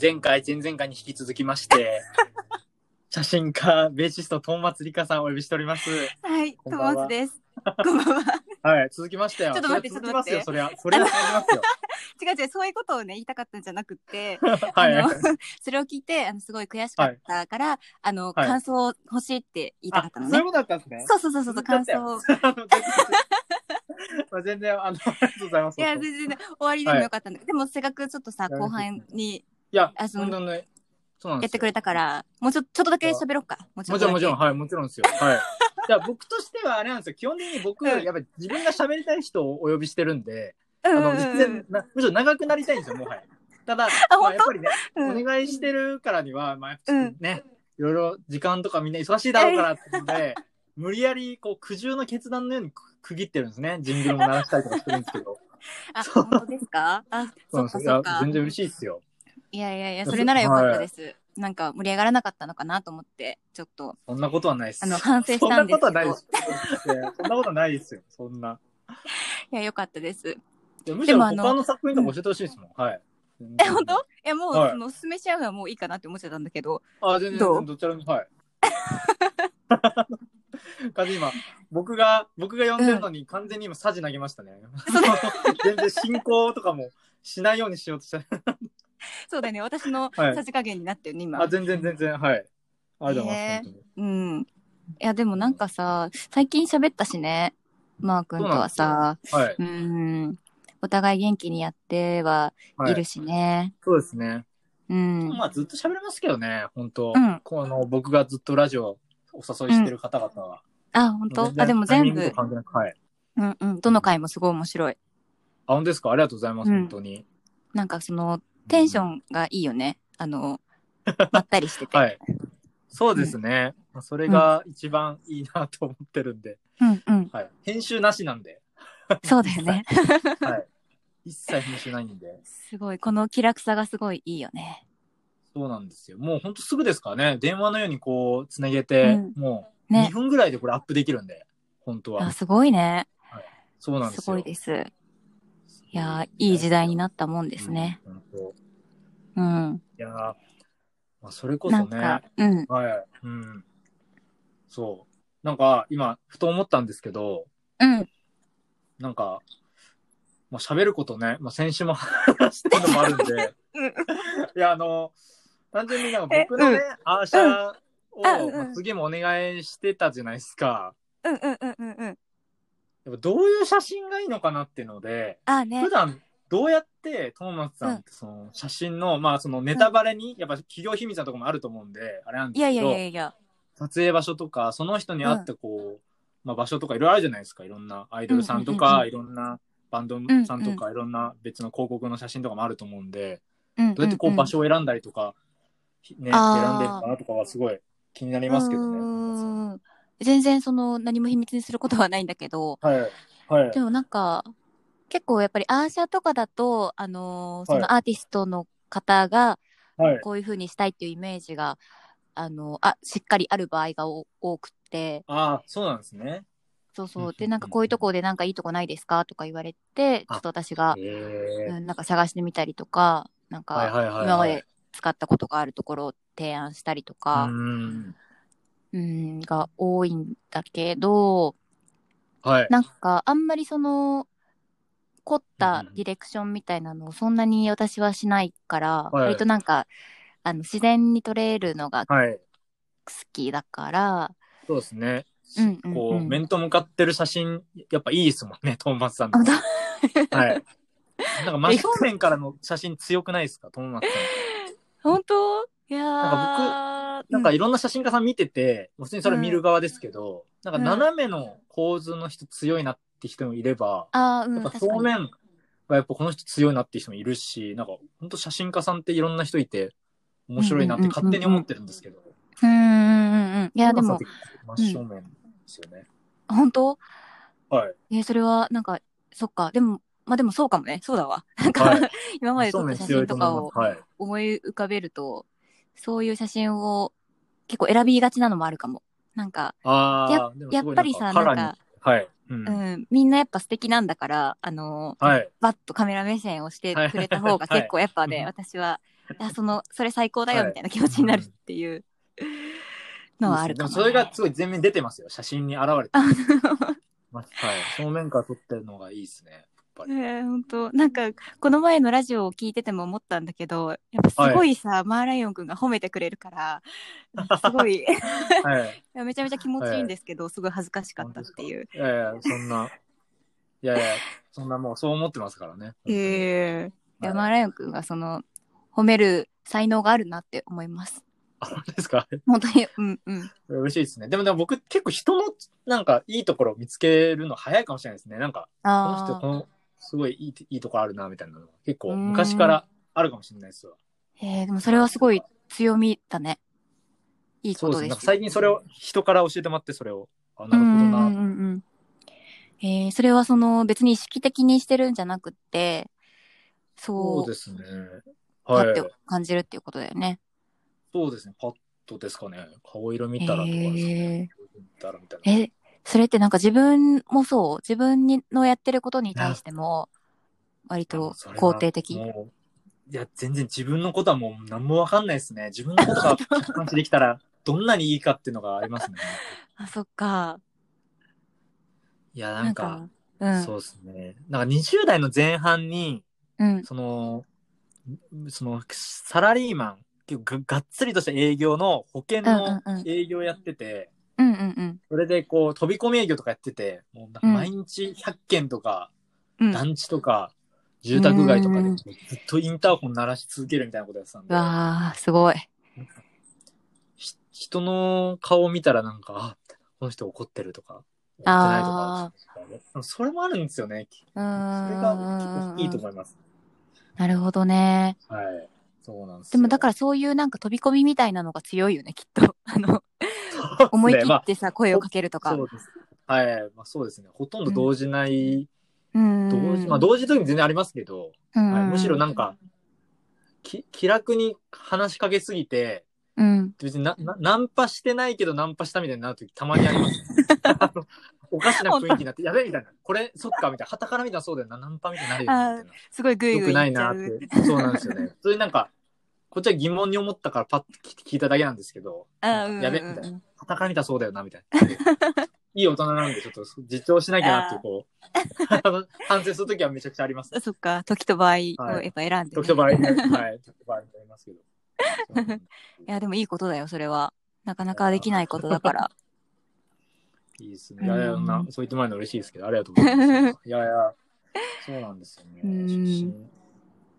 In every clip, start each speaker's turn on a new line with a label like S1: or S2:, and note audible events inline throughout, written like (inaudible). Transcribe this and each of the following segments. S1: 前回、前々回に引き続きま
S2: (laughs)
S1: して、写真家、ベーシスト、トーマツリカさんをお呼びしております。
S2: はい、
S1: こ
S2: ト
S1: んばんは (laughs)
S2: モズです。こんばんは。
S1: はい、続きましたよ。
S2: ちょっと待って
S1: それは続きますよ、
S2: ち
S1: それは。それは続きますよ。
S2: 違う違う、そういうことをね、言いたかったんじゃなくって、
S1: (laughs) はい。
S2: (laughs) あのそれを聞いて、あの、すごい悔しかったから、あの、
S1: はい
S2: 感想を欲しいって言いたか
S1: あ
S2: ったの
S1: そうい
S2: ね
S1: う。ことだったんですね。
S2: そうそうそうそう、
S1: 続きだ
S2: 感
S1: った
S2: 想
S1: よ
S2: を。
S1: (laughs) まあ全然、 (laughs) あの、ありがとうございます。
S2: いや、全然ね終わりでもよかったんだけど、でもせっかくちょっと
S1: 大
S2: さ、
S1: 丈夫
S2: 後半に
S1: いや、
S2: あその
S1: 本当にね、そうなん
S2: や
S1: で
S2: っ
S1: す
S2: て
S1: よ
S2: く。れたから、もうちょちょっとだけ喋ろうか。もうちょ
S1: も
S2: っ
S1: ちろ
S2: と
S1: ん、もちろん、
S2: だ
S1: はい、もちろんですよ。はい。じゃあ、僕としてはあれなんですよ。基本的に僕、
S2: うん
S1: やっぱり自分が喋りたい人をお呼びしてるんで、
S2: け。
S1: あ
S2: うんう
S1: の、
S2: ん
S1: 全
S2: うん
S1: 然、なむしろ長くなりたいんですよ、もはや。ただ、
S2: あ
S1: まあ、
S2: 本
S1: やっぱりね、
S2: うん
S1: お願いしてるからには、まあ、
S2: うん
S1: ね、いろいろ時間とかみんな忙しいだろうからってんで、無理やり、こう、苦渋の決断のように区区切ってるんですね。ジングルも鳴らしたりとかしてるんですけど。
S2: あ、本当ですかあ、
S1: (laughs) そう
S2: (laughs)
S1: なん
S2: そ
S1: です
S2: っか
S1: よ。い
S2: そ
S1: や
S2: っか、。
S1: 全然嬉しいですよ。
S2: いやいやいや、それならよかったです。なんか盛り上がらなかったのかなと思って、ちょっと、
S1: そんなことはないです。
S2: あの、反省したんですけ
S1: (laughs)
S2: ど。
S1: そんなことはないです。いやそんなことないですよ。そんな。
S2: いや、よかったです。
S1: いやむしろ
S2: でもあの
S1: 他の作品とか教えてほしいですもん。はい。
S2: え、本当いや、もう、
S1: はい
S2: その、おすすめし合うのはもういいかなって思っちゃったんだけど。 (laughs)
S1: あ、全然、
S2: どう
S1: 全然どちらでも、はい。 (laughs) 完全に今、僕が、僕が呼んでるのに完全に今、サジ投げましたね。 (laughs) 全然進行とかもしないようにしよう
S2: (laughs)
S1: とした。
S2: そうだよね、私の
S1: はい
S2: さじ加減になってるね、今。
S1: あ、全然、全然、はい。ありがとうござい
S2: へ
S1: ま
S2: ー
S1: す。本
S2: うん。いや、でもなんかさ、最近喋ったしね、マー君とはさ、
S1: 当にはい。
S2: うんお互い元気にやっては
S1: はいい
S2: る。しね。
S1: そうですね。
S2: うん。
S1: まあ、ずっと喋れますけどね、本当
S2: うん
S1: この、僕がずっとラジオお誘いしてる方々は。
S2: あ、本当
S1: 全然
S2: あ、でも
S1: タイミ
S2: 全
S1: ング
S2: 部
S1: と、関係なくはい。
S2: うんうん、どの回もすごい面白い。
S1: あ、本当ですかありがとうございます、
S2: うん
S1: 本当に。
S2: なんかその、テンションがいいよね。あ
S1: (laughs)
S2: の、まったりしてて。
S1: はい。そうですね。まあそれが一番いいなと思ってるんで。
S2: うんうん。
S1: はい。編集なしなんで。
S2: そうだよね。
S1: はい。一切編集ないんで。
S2: すごい、この気楽さがすごいいいよね。
S1: そうなんですよ。もうほんとすぐですからね。電話のようにこう、つなげて、
S2: うん
S1: もう2
S2: ね。
S1: 分ぐらいでこれアップできるんで。本当
S2: あ
S1: は。
S2: すごいね。
S1: そうなんですすよ。
S2: ごいです。
S1: すごい。
S2: いやー、いい時代になったもん
S1: で
S2: ですね。。
S1: うん、ほんと
S2: うん。
S1: いやーまあ、それこそね
S2: なん。か、うん。
S1: はい。うん。そう。なんか、今、ふと思ったんですけど、
S2: うん。
S1: なんか、まあ、喋ることね、まあ、先週も話したのもあるんで、
S2: (laughs) うん
S1: いや、あの、単純になんか僕のね、アーシャを、
S2: あうんうん
S1: まあ次もお願いしてたじゃないですか。
S2: うんうんうんうんうん。
S1: やっぱどういう写真がいいのかなっていうので、
S2: あーね
S1: 普。段どうやってトーマスさんってその写真の、まあそのネタバレに、やっぱ企業秘密なところもあると思うんで、あれなんで
S2: い
S1: すけ
S2: や
S1: ど、
S2: いやいやいや。
S1: 撮影場所とか、その人に合ったこう、まあ場所とかいろいろあるじゃないですか。いろんなアイドルさんとか、
S2: うん
S1: いろんなバンドさんとか、いろんな別の広告の写真とかもあると思うんで、
S2: うんんん。
S1: どうやってこう場所を選んだりとか、ね、
S2: あー
S1: 選んでるのかなとかはすごい気になり
S2: あ
S1: ますけどね。
S2: ね。全然その、何も秘密にすることはないんだけど、
S1: はい。はい
S2: で。もなんか、結構やっぱりアーシャとかだと、あのーそ
S1: はい
S2: のアーティストの方が、
S1: はい。
S2: こういう風にしたいっていうイメージが、あのあ、しっかりある場合がお多くって、
S1: ああ、そうなんですね。うん
S2: そう
S1: うん。
S2: そううんで、なんかこういうとこでなんかいいとこないですかとか言われて、ち
S1: あ
S2: ょっと私が、
S1: へ
S2: う
S1: え。
S2: ん、なんか探してみたりとか、なん
S1: はい
S2: か
S1: はいはいはい。
S2: 今まで使ったことがあるところを提案したりと
S1: う
S2: か、
S1: ん。
S2: うん、が多いんだけど、
S1: はい。
S2: なんかあんまりその、凝っ
S1: う
S2: た
S1: んうん
S2: ディレクションみたいなのをそんなに私はしないから、
S1: はい
S2: 割となんか、あの、自然に撮れるのが好
S1: はい。
S2: きだから、
S1: そうですね。
S2: うんうんうん
S1: こう、面と向かってる写真、やっぱいいですもんね、トーマスさんの。
S2: あだ
S1: はい。 (laughs) なんか真正面からの写真強くないですか、トーマスさん。
S2: (laughs) 本当いやー
S1: ななんかいろんな写真家さん見てて、もちろんそれは見る側ですけど、なんか斜めの構図の人強いなって人もいれば、
S2: あーう
S1: や
S2: ん、
S1: っぱ
S2: 確か
S1: 正
S2: に。
S1: 面がやっぱこの人強いなって人もいるし、なんか本当写真家さんっていろんな人いて、面白いなって勝手に思ってるんですけど。
S2: うんうんうんうん。い
S1: い
S2: や、でも、、
S1: 真正面ですよね。
S2: 本当
S1: はい。
S2: えーそれは、なんか、そっか。でも、まあでもそうかもね。そうだわ。なんか、
S1: (laughs)
S2: (laughs)
S1: はい
S2: 今まで撮った写真とかを
S1: 真正面強いと思いますはい。
S2: 思い浮かべると、そういう写真を結構選びがちなのもあるかも。なんか、
S1: ああ、
S2: やっぱりさ、なんか、
S1: はい。う。
S2: うんん、みんなやっぱ素敵なんだから、あのー
S1: はい。
S2: バッとカメラ目線をしてくれた方が
S1: はい
S2: 結構やっぱね、
S1: はい
S2: 私は、あ、その、それ最高だよ
S1: はい
S2: みたいな気持ちになるっていうのはあるかも、ね。
S1: でもそれがすごい全面に出てますよ。写真に現れて
S2: あ
S1: ます。はい。正面から撮ってるのがいいですね。やっぱり。
S2: ねえ本当なんかこの前のラジオを聞いてても思ったんだけどやっぱすごいさ、マーライオンくんが褒めてくれ
S1: (laughs)
S2: るからなんかすごいい
S1: はい。
S2: やめちゃめちゃ気持ちいいんですけど、すごい恥ずかしかったっていう。
S1: いやいや、そんな。いやいや、そんなもうそう思ってますからね。
S2: ええいや
S1: はい
S2: マーライオンくんがその褒める才能があるなって思います。
S1: あ、本当ですか
S2: 本当にうんうん。
S1: 嬉しいですね。でもでも僕結構人のなんかいいところを見つけるの早いかもしれないですね。なんか、この人
S2: あ
S1: こ
S2: あ
S1: のすごいいいいいとこあるなみたいなのが結構昔からあるかもしれないですわ。
S2: ええでもそれはすごい強みだね。いい
S1: そ
S2: こ
S1: う
S2: と
S1: ですね。
S2: です。
S1: なんか最近それを人から教えてもらってそれを。あ、なるほ
S2: う
S1: ど
S2: んうんう
S1: な。
S2: んうんえーそれはその別に意識的にしてるんじゃなくって、
S1: そう
S2: そ
S1: ですね。
S2: う、パ
S1: は
S2: ッ
S1: い
S2: て。感じるっていうことだよね。
S1: そうですね。パッとですかね。顔色見たらとかですね。見たらみたいな。
S2: え、それってなんか自分もそう、自分にのやってることに対しても、割と
S1: それは
S2: 肯定的。
S1: もういや、全然自分のことはもう何もわかんないですね。自分のこと
S2: (laughs)
S1: が客観視できたら、どんなにいいかっていうのがありますね。
S2: あ、そっか。
S1: いや、な
S2: なんん
S1: か、
S2: か、うん
S1: そうですね。なんか20代の前半に、
S2: うん。
S1: その、その、サラリーマン、結構ががっつりとした営業の保険の
S2: うんうんうん
S1: 営業やってて、
S2: うんうん
S1: それでこう、飛び込み営業とかやってて、もうなんか
S2: うん
S1: 毎日100件とか、
S2: うん。うん。
S1: 団地とか、住宅街とか
S2: う
S1: で
S2: ん
S1: ずっとインターホン鳴らし続けるみたいなことやってたんで、
S2: わあ、すごい。
S1: ひ人の顔を見たらなんか、あ、この人怒ってるとか、怒ってないと
S2: あ
S1: か、それもあるんですよね。
S2: う
S1: それ
S2: ん。
S1: が結構いいと思います。
S2: なるほどね。
S1: はい。そうなんです、
S2: でもだかららそういうなんか飛び込みみたいなのが強いよね、きっと。あの、
S1: そうですね
S2: 思い切
S1: ま
S2: ってさ、声をかけると
S1: あ
S2: か。
S1: そうです。はい。まあそうですね。ほとんど動じない、
S2: うん
S1: 動じ、まあ動じというのも全然ありますけど、
S2: うん
S1: はい、むしろなんか、き気楽に話しかけすぎて、
S2: うん。
S1: 別にななナンパしてないけどナンパしたみたいになるときたまにあります。
S2: (laughs)
S1: あのおかしな雰囲気になって、やべえみたいな。これ、そっかみたいな。旗から見たらそうだよな。ナンパみたいになるよなみたいな。
S2: すごいグイ
S1: よ
S2: グ
S1: く
S2: イ
S1: な
S2: っ
S1: い
S2: ち
S1: な
S2: ゃ
S1: っ
S2: う。
S1: て。そうなんですよね。それなんか、こっちは疑問に思ったからパッと聞いただけなんですけど、
S2: あうんうんうん
S1: やべえみたいな。旗から見たらそうだよなみたいな。いい大人なんで、ちょっと実調しなきゃなっていう、こう、あ
S2: (laughs)
S1: の反省するときはめちゃくちゃあります。
S2: そっか、時と場合をやっぱ選んでね、
S1: 時と場合に、はい、時と場合になりますけど。そうなんで
S2: いや、でもいいことだよ、それは。なかなかできないことだから。
S1: いいですね。いやいや、
S2: うん
S1: な、そう言ってもらえるの嬉しいですけど、ありがとうござい
S2: (laughs)
S1: ます。いやいや、そうなんですよね。
S2: うん
S1: 写真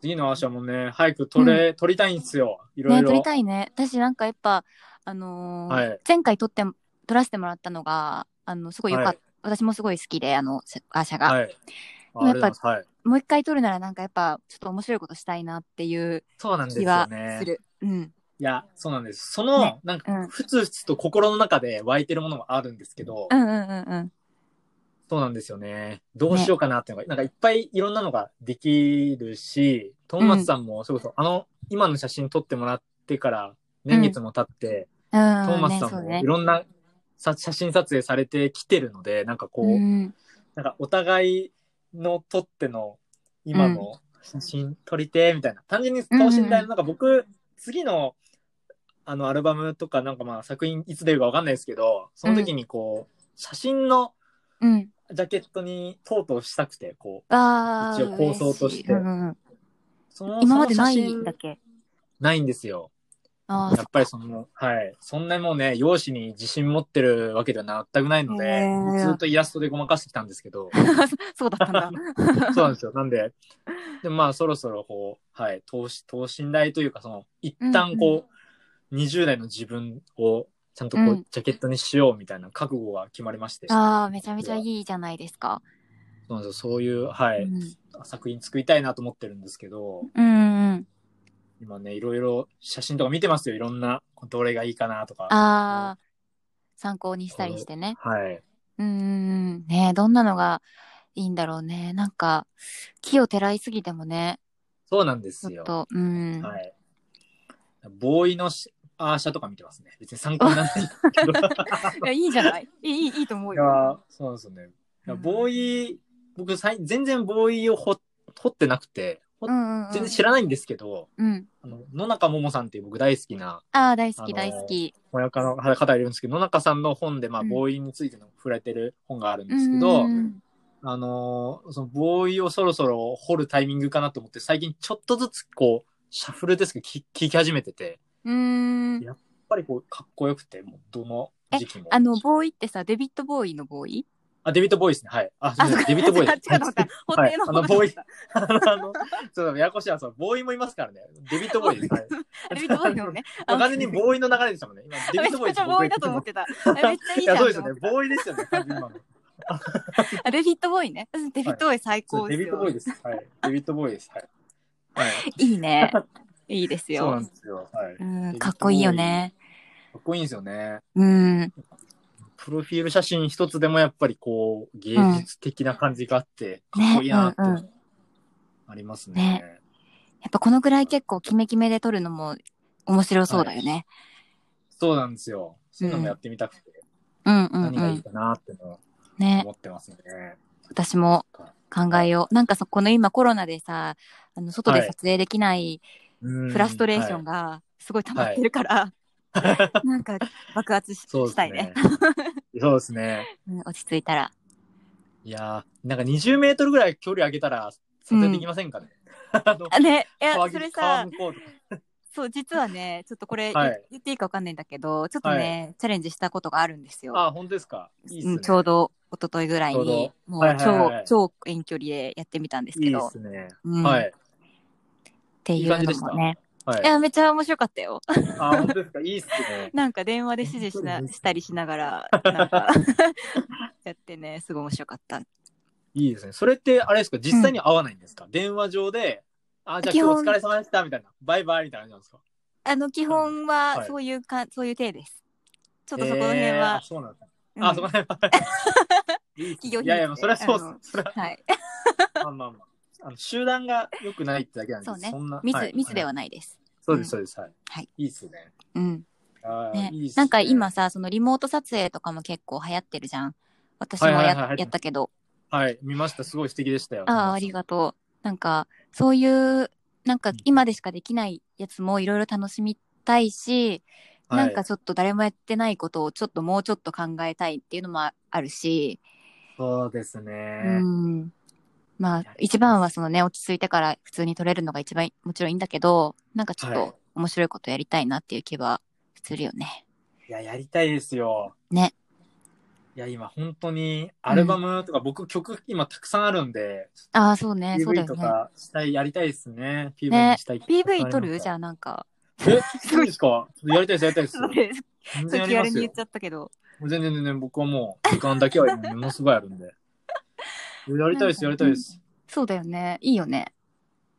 S1: 次の話はもうね、早く撮れ、撮りたいんですよ。いろい
S2: ね、
S1: ろ。
S2: 撮りたいね。私なんかやっぱ、あのー
S1: はい
S2: 前回撮って、撮らせてもらったのが、あの、すごいよかった。
S1: はい
S2: 私もすごい好きで、あの、シャアーシャが。
S1: はい。ああ
S2: や
S1: りがとうご
S2: っぱ
S1: ざいます。はい。
S2: もう一回撮るならなんかやっぱ、ちょっと面白いことしたいなっていう
S1: そうなんです
S2: 気
S1: よ
S2: は
S1: ね
S2: す。る。うん。
S1: いや、そうなんです。その、
S2: ね
S1: なん
S2: うん
S1: か、ふつふつと心の中で湧いてるものもあるんですけど、
S2: うんうんうんうん。
S1: そうなんですよね。どうしようかなっていうのが、なんかいっぱいいろんなのができるし、トンマツさんも、それこそ、あの、今の写真撮ってもらってから、年月も経って、
S2: う
S1: ト
S2: ん、
S1: ーマスさんもいろんなさ写真撮影されてきてるので、なんかこう、
S2: ね
S1: なんかお互いの撮っての今の写真撮りてーみたいな。単純に等身大の、なんか僕、次のあのアルバムとかなんかまあ作品いつ出るかわかんないですけど、その時にこう、写真の
S2: うん。うん。
S1: ジャケットにとうとうしたくて、こう、
S2: ああ。
S1: 一応構想として
S2: 嬉いうんうん
S1: その
S2: 今までな
S1: その
S2: い
S1: 写真
S2: んだっけ
S1: ないんですよ。
S2: ああ、
S1: やっぱりその、はい。そんなもうね、容姿に自信持ってるわけでは全くないの
S2: へ
S1: で
S2: ー、
S1: ずっとイラストでごまかしてきたんですけ
S2: (laughs)
S1: ど、
S2: そうだったん
S1: (laughs)
S2: だ。
S1: そうなんですよ。なんで、でまあそろそろこう、はい、等身等身大というか、その、一旦こう、20代の自分をちゃんとこ
S2: う、
S1: うんジャケットにしようみたいな覚悟が決まりまして、そう
S2: ああ、めちゃめちゃいいじゃないですか。
S1: なんですよそういう、は
S2: う
S1: い、
S2: ん
S1: 作品作りたいなと思ってるんですけど、
S2: うんうん。
S1: 今ね、いろいろ写真とか見てますよ。いろんな、どれがいいかなとか。
S2: ああ、参考にしたりしてね。
S1: はい。
S2: うんうんうん。ねえどんなのがいいんだろうね。なんか、木を照らいすぎてもね、
S1: そうなんで
S2: ち
S1: す
S2: ょ
S1: よ
S2: っ。と、うん。
S1: はい。ボーイのしアーシャとか見てますね。
S2: (laughs)
S1: 別に参考にならないんですけど。
S2: いや、いいじゃない。いい、いいいいと思う
S1: い
S2: よ。
S1: や、そうなんですよね。やボーイ、僕さい全然ボーイを掘掘ってなくて、掘っ
S2: うんうんうん
S1: 全然知らないんですけど、
S2: うん。
S1: あの野中桃さんっていう僕大好きな
S2: ああ、大好き、
S1: あのー
S2: 大好き。
S1: 親方の方がいるんですけど、野中さんの本で、まあ、
S2: うん
S1: ボーイについての触れてる本があるん
S2: う
S1: で
S2: ん
S1: すけ
S2: う
S1: ど、
S2: ん
S1: あのーそのボーイをそろそろ掘るタイミングかなと思って、最近ちょっとずつこう、シャッフルですけど、聞聞き始めてて、やっ
S2: うん。うーん。
S1: ぱりこう、かっこよくて、もうどの時期も。
S2: あの、ボーイってさ、デビッド・ボーイのボーイ
S1: あ、デビットボーイですね。はい。あ、すい
S2: あ、
S1: ません
S2: そうか
S1: デビット
S2: (laughs)
S1: ボーイ
S2: あ
S1: で
S2: っ
S1: す
S2: ちかと思った。ホテルの
S1: あ
S2: 方
S1: の
S2: だと思
S1: ボー
S2: っ
S1: イ (laughs)
S2: た。
S1: あの、ちょっとややこしいな、そのボーイもいますからね。デビットボーイです。はい
S2: (laughs) デビッド・ボーイ
S1: (laughs)
S2: のね。あ
S1: 完全にボーイの流れでしたもんね。今、デビットボー
S2: め
S1: イ
S2: っちゃボーイだと思ってた。あめっちゃいい
S1: (laughs) い
S2: じ
S1: や、
S2: ゃん
S1: そうです
S2: と
S1: よ
S2: 思
S1: ね
S2: って。た。
S1: ボーイですよね、完全
S2: (laughs)
S1: に今の。
S2: あデビッド・ボーイね。うんデビッド・ボーイ最
S1: そ
S2: 高
S1: うデ
S2: で
S1: ビッ
S2: す
S1: トボーイ
S2: よ。
S1: です。はい。デビットボーイです。はい。はい。
S2: い
S1: (laughs)
S2: いね。いいです
S1: そうな
S2: よ
S1: ん。ですよ。はい。
S2: う
S1: か
S2: ん、かっこいいよね。
S1: っこいいんですよね。
S2: うん。
S1: プロフィール写真一つでもやっぱりこう、芸術的な感じがあって、
S2: うん
S1: かっこいいなって、
S2: ねうんうん
S1: あります
S2: ね
S1: ね。
S2: やっぱこのぐらい結構キメキメで撮るのも面白そうだよね。
S1: そうなんですよ。そういうのもやってみたくて、
S2: うんうんう
S1: 何がいい
S2: ん。
S1: かなってのを
S2: ね。
S1: 思ってますね。
S2: 私も考えよう。なんかさ、この今コロナでさ、あの外で撮影できない
S1: うん
S2: フラストレーション。がすごい溜まってるから、
S1: はい
S2: (laughs) なんか爆発し
S1: そうで
S2: し
S1: す
S2: たいね
S1: ね。 (laughs) そうですね。
S2: うん落ち着いたら。
S1: いやーなんか20メートルぐらい距離上げたら撮影できませんかね。 (laughs) あの
S2: あね、いや、
S1: 川
S2: それ
S1: 岸
S2: さ
S1: 川、向こうとか
S2: そう、実はね、ちょっとこれ、
S1: はい
S2: 言っていいかわかんないんだけど、ちょっとね、チャレンジしたことがあるんですよ。
S1: あ、本当ですか。いいっす
S2: う
S1: ね。
S2: ん、ちょうど一昨日ぐらい
S1: ちょう
S2: に
S1: ど、
S2: もう超、
S1: はいはいはい
S2: 超遠距離でやってみたんです
S1: い
S2: け
S1: いっ
S2: ど、
S1: すね。
S2: うん
S1: は
S2: っ
S1: い。
S2: ていう
S1: いい感じで
S2: の
S1: し
S2: も
S1: た
S2: ね。
S1: はい
S2: い、や、めちゃ面白かったよ。
S1: あ、本当ですか。いいっすね。
S2: なんか電話で指示しな
S1: 本当に
S2: したりしながら、な
S1: (laughs)
S2: んかやってね、すごい面白かった。
S1: いいですね。それって、あれですか、実際に会わないんですか、電話上で、あ、じゃあ
S2: 基
S1: 今
S2: 本
S1: 日お疲れ様でした、みたいな。バイバイ、みたいな感じなんですか。
S2: あの、基本は、そういうか、そういう体です。ちょっとそこの辺
S1: えーあ
S2: は、
S1: そうなんですか。
S2: うん
S1: あ、そこの辺は。 (laughs) いいっすね
S2: 企業秘密
S1: いやいや、まあそれはそうっす
S2: あの。
S1: それは、
S2: はい。
S1: まあまあまあ。あの集団が良くないってだけなんです
S2: そうね
S1: んな。
S2: ミ
S1: は
S2: ス
S1: い、。
S2: ミスではいないです。
S1: そうです、そうです。はい。
S2: はい、
S1: いっすね。
S2: うん。
S1: あー
S2: ね
S1: いいっすね
S2: なんか今、さ、そのリモート撮影とかも結構流行ってるじゃん。私もや,、
S1: はいはいはいはい
S2: やったけど。
S1: はい、見ました。すごい素敵でしたよ。
S2: ああ、ありがとう。なんか、そういう、なんか今でしかできないやつもいろいろ楽しみたいし、
S1: はい
S2: なんかちょっと誰もやってないことをちょっともうちょっと考えたいっていうのもああるし、
S1: そうです
S2: う
S1: ね。
S2: ん。まあ、一番はそのね、落ち着いてから普通に撮れるのが一番いいもちろんいいんだけど、なんかちょっ
S1: はい
S2: と面白いことやりたいなっていう気はするよね。
S1: いや、やりたいですよ。
S2: ね。
S1: いや、今、本当に、アルバムとか、僕、曲、今、たくさんあるんで、
S2: ああ、そうね、そうだ
S1: PV
S2: よ
S1: と
S2: ね。
S1: かしたい、やりたいですね。
S2: ね
S1: PV にしたい。
S2: PV 撮るじゃ
S1: ん。
S2: あなんか。
S1: え、そうですかやりたいです、やりたいです。
S2: (laughs) そ
S1: 全然や
S2: う
S1: りま
S2: 気軽
S1: すよ
S2: に言っ。ちゃったけど。
S1: もう全然全然僕はもう時間だけは
S2: (laughs)
S1: ものすごいあるんで。やりたいです、やりたいです。
S2: そうだよね。いいよね。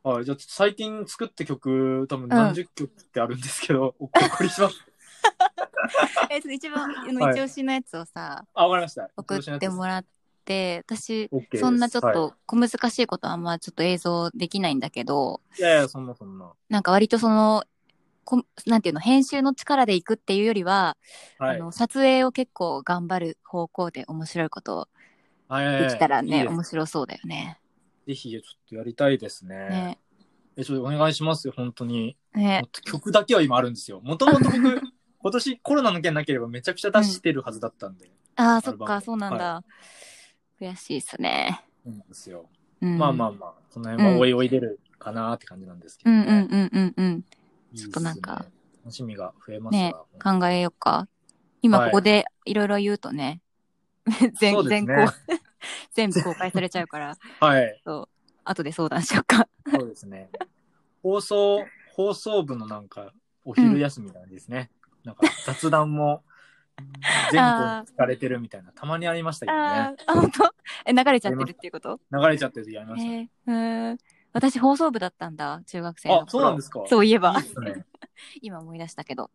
S1: はい、じゃあ最近作った曲、多分何十曲ってあるんですけど、 (laughs) お送りします。
S2: (laughs) え、ちょっと一番、あの
S1: はい
S2: 一押しのやつをさ、
S1: あ、わかりました。
S2: 送ってもらって、私、
S1: OK です
S2: そんなちょっ
S1: は
S2: と小難しいことあんまちょっと映像できないんだけど、
S1: い、いやいや、そんなそんな。
S2: なんか割とその、こなんていうの、編集の力でいくっていうよりは、
S1: はい
S2: あ。の撮影を結構頑張る方向で面白いこと
S1: はい
S2: を
S1: はい
S2: で
S1: はい
S2: きたらね、
S1: いいです
S2: 面白そうだよね。
S1: ぜひ、ちょっとやりたいですね。
S2: ね。
S1: え、ちょっとお願いしますよ、本当に。
S2: ね
S1: もっ。と曲だけは今あるんですよ。もともと
S2: (laughs)
S1: 僕、今年コロナの件なければめちゃくちゃ出してるはずだったんで。
S2: ああ、
S1: ア
S2: そ
S1: ル
S2: っ
S1: バム
S2: か、そうなんだ。悔しいっすね。
S1: そうなんですよ。
S2: うん、
S1: まあまあまあ、その辺はおいおい出るかなって感じなんですけど
S2: う
S1: ね、
S2: んうんうんうんうん。
S1: いいすね
S2: ちょっとなんか、
S1: 楽しみが増えます
S2: ね
S1: が、
S2: 考えようか。今
S1: はい
S2: ここでいろいろ言うとね、 (laughs) 全
S1: そうです
S2: 全
S1: ね
S2: 公 (laughs) 全部公開されちゃう
S1: (laughs)
S2: から、
S1: はい、
S2: 後で相談しようか。
S1: そうですね。放送、放送部のなんか、お昼休みなんですね。なんか、雑談
S2: (laughs)
S1: も、全
S2: あー
S1: 部聞かれてるみたいな、たまにありましたけど
S2: あ
S1: ね。
S2: ーあ、本当え、流れちゃってるっていうこと
S1: 流れちゃってる時ありましたね。
S2: えー、うん私放送部だったんだ中学生の頃
S1: あ、そうなんですか。
S2: そういえば
S1: いいっすね
S2: 今思い出したけど、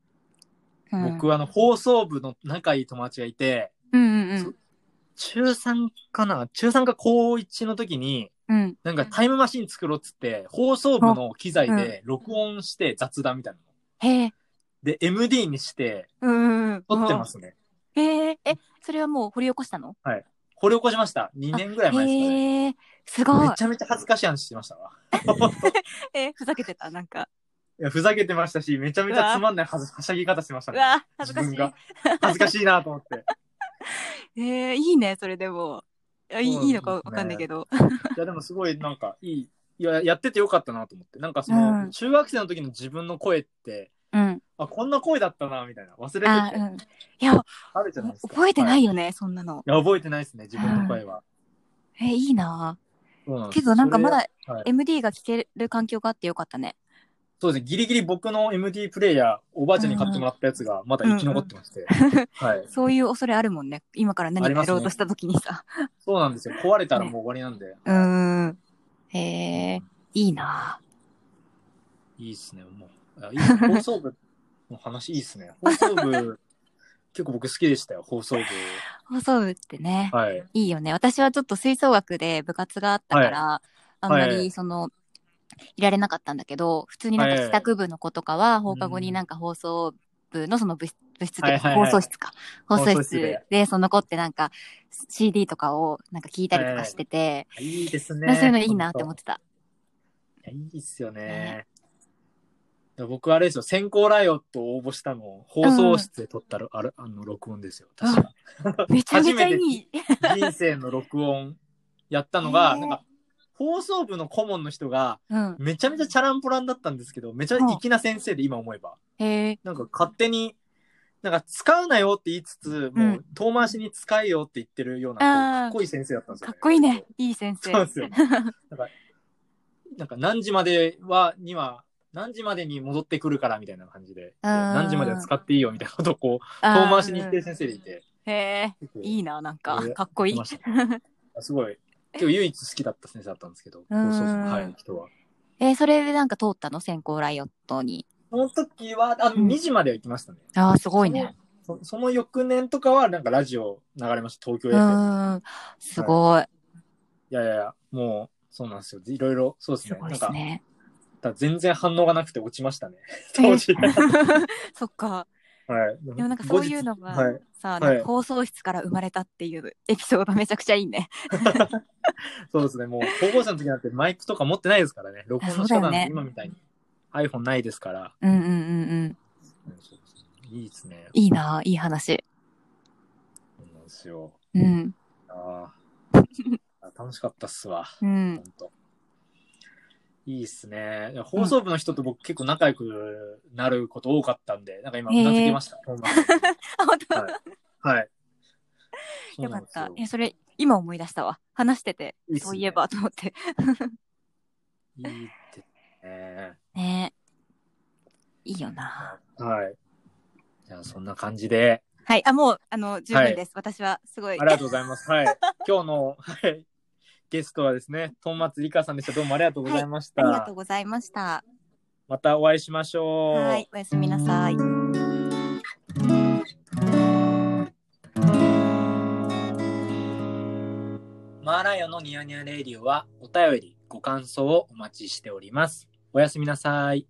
S2: うん、
S1: 僕、あの、放送部の仲いい友達がいて、
S2: うんうんう
S1: そ
S2: ん
S1: 中3かな中3か高1の時に、
S2: うん
S1: なんかタイムマシン作ろうっつって、放送部の機材で録音して雑談みたいなの。
S2: へえ
S1: で、MD にして
S2: うんうんうん
S1: 撮ってますね。
S2: へええそれはもう掘り起こしたの
S1: 掘り起こしました。2年ぐらい前ですかね。
S2: へえ、すごい
S1: め。ちゃめちゃ恥ずかしい話してましたわ。
S2: え、ふざけてた、なんか。
S1: いや、ふざけてましたし、めちゃめちゃつまんないはずはしゃぎ方してました
S2: う
S1: ね。
S2: わ、恥ずかし
S1: 自分が恥ずかしいなと思って。
S2: い。えー、いいね、それでも。いやいい
S1: そうですね
S2: いいのかわかんないけど。
S1: いや、でもすごいなんかいい、いや、やっててよかったなと思って。なんかその、
S2: うん
S1: 中学生の時の自分の声って、
S2: うん。
S1: あ、こんな声だったな、みたいな。忘れてて
S2: あ、うん。いや、
S1: あるじゃないですか。
S2: 覚えてな
S1: はい
S2: いよね、そんなの。
S1: いや、覚えてないですね、自分の声は。
S2: え、いいな
S1: そうなんです
S2: けどなんかまだ
S1: それはい
S2: MD が聞ける環境があってよかったね。
S1: そうですね、ギリギリ僕の MD プレイヤー、おばあちゃんに買ってもらったやつがまだ生き残ってまして。 (laughs) はい。
S2: そういう恐れあるもんね。今から何
S1: あり
S2: か
S1: ま
S2: や
S1: すね
S2: ろうとした時にさ。
S1: そうなんですよ。壊れたらもう終わりなんで。
S2: うーん。へえ、いいなぁ
S1: いいっすね、もう。あいいっ
S2: (laughs)
S1: すね放送部の話いいっすね。放送部、 (laughs) 結構僕好きでしたよ、放送部。
S2: 放送部ってね、
S1: はい。
S2: いいよね。私はちょっと吹奏楽で部活があったから、あんまりその、いられなかったんだけど、普通になんか
S1: はい
S2: 帰宅部の子とかは放課後になんか放送部のその部室部室で、放送室か。放送
S1: 放送室
S2: 室
S1: で
S2: で、その子ってなんか CD とかをなんか聞いたりとかしてて、
S1: いいです
S2: なん
S1: ね。。
S2: かそういうのいいなって思っててた。
S1: いやいいっすよね
S2: ね。
S1: で僕あれですよ、先行ライオットを応募したの、放送室で撮ったら、あれ、あの、録音ですよ。確か。
S2: めちゃ
S1: 初
S2: めちゃい
S1: め
S2: い。
S1: 人生の録音やったのが、
S2: へー
S1: なんか、放送部の顧問の人が、
S2: うん。
S1: めちゃめちゃチャランポランだったんですけど、めちゃ粋な先生で今思えば。
S2: へえ。
S1: なんか勝手に、なんか使うなよって言いつつ、
S2: うん
S1: もう遠回しに使えよって言ってるような、こう
S2: あー
S1: かっこいい先生だったんですよ、
S2: かっこいいね。いい先生。
S1: そうなんですよ。なんか、なんか何時までは、には、何時までに戻ってくるからみたいな感じで、
S2: あー
S1: 何時までは使っていいよみたいなことをこう、
S2: (laughs) あー
S1: 遠回しに言ってる先生でいて、
S2: へえ、
S1: 結構
S2: いいな、なんか
S1: え、ー
S2: かっこい
S1: 言っ
S2: い
S1: て。ましたねあすごい。今日唯一好きだった先生だったんですけど、
S2: うん
S1: 放送部のはい、人は。
S2: えーそれでなんか通ったの先行ライオットに。
S1: その時は、あ、
S2: うん
S1: 2時までは行きましたね。
S2: ああ、すごいね。
S1: そその翌年とかは、なんかラジオ流れました、東京
S2: う
S1: FM。
S2: ーん。すごい。
S1: いやいやいや、もう、そうなんですよ。いろいろ、そうです
S2: す
S1: ね。
S2: ごい
S1: な
S2: で
S1: んか
S2: す、ね。
S1: だから全然反応がなくて落ちましたね。当
S2: え (laughs)
S1: 時。はい。
S2: ーそっか。
S1: で
S2: でもなんかそういうのが
S1: はい、
S2: さ、
S1: はい
S2: なんか放送室から生まれたっていうエピソードめちゃくちゃいいね。
S1: そうですね。もう高校生の時なんてマイクとか持ってないですからね。録音の仕
S2: そう
S1: 方
S2: だ
S1: な
S2: よ
S1: んて
S2: ね
S1: 今みたいに iPhone ないですから。
S2: うんうんうんうん。
S1: いいですね。
S2: いいな、いい話。
S1: そうなんですよ。
S2: うん。
S1: あ
S2: (laughs)
S1: あ。楽しかったっすわ。
S2: うん
S1: 本。当。いいっすね。いや放送部の人と僕結構仲良くなること多かったんで、なんか今、うなずけました。ほん
S2: (laughs)
S1: ま
S2: あ、本当、
S1: はい。
S2: よかった
S1: そうなん。で
S2: え、
S1: す
S2: それ、今思い出したわ。話してて、
S1: いいっすね
S2: そういえばと思って。
S1: よ。いいってね。
S2: ねえ。いいよな。
S1: はい。じゃあ、そんな感じで。
S2: はい。あ、もう、あの、十分です。私は、すごい。
S1: ありがとうございます。はい。今日の、はい、ゲストはですね、トンマツリカさんでした。どうもありがとうございました。
S2: ありがとうございました。
S1: またお会いしましょう。
S2: はい。おやすみなさい。
S1: マーライオンのニヤニヤレイディオはお便り、ご感想をお待ちしております。おやすみなさい。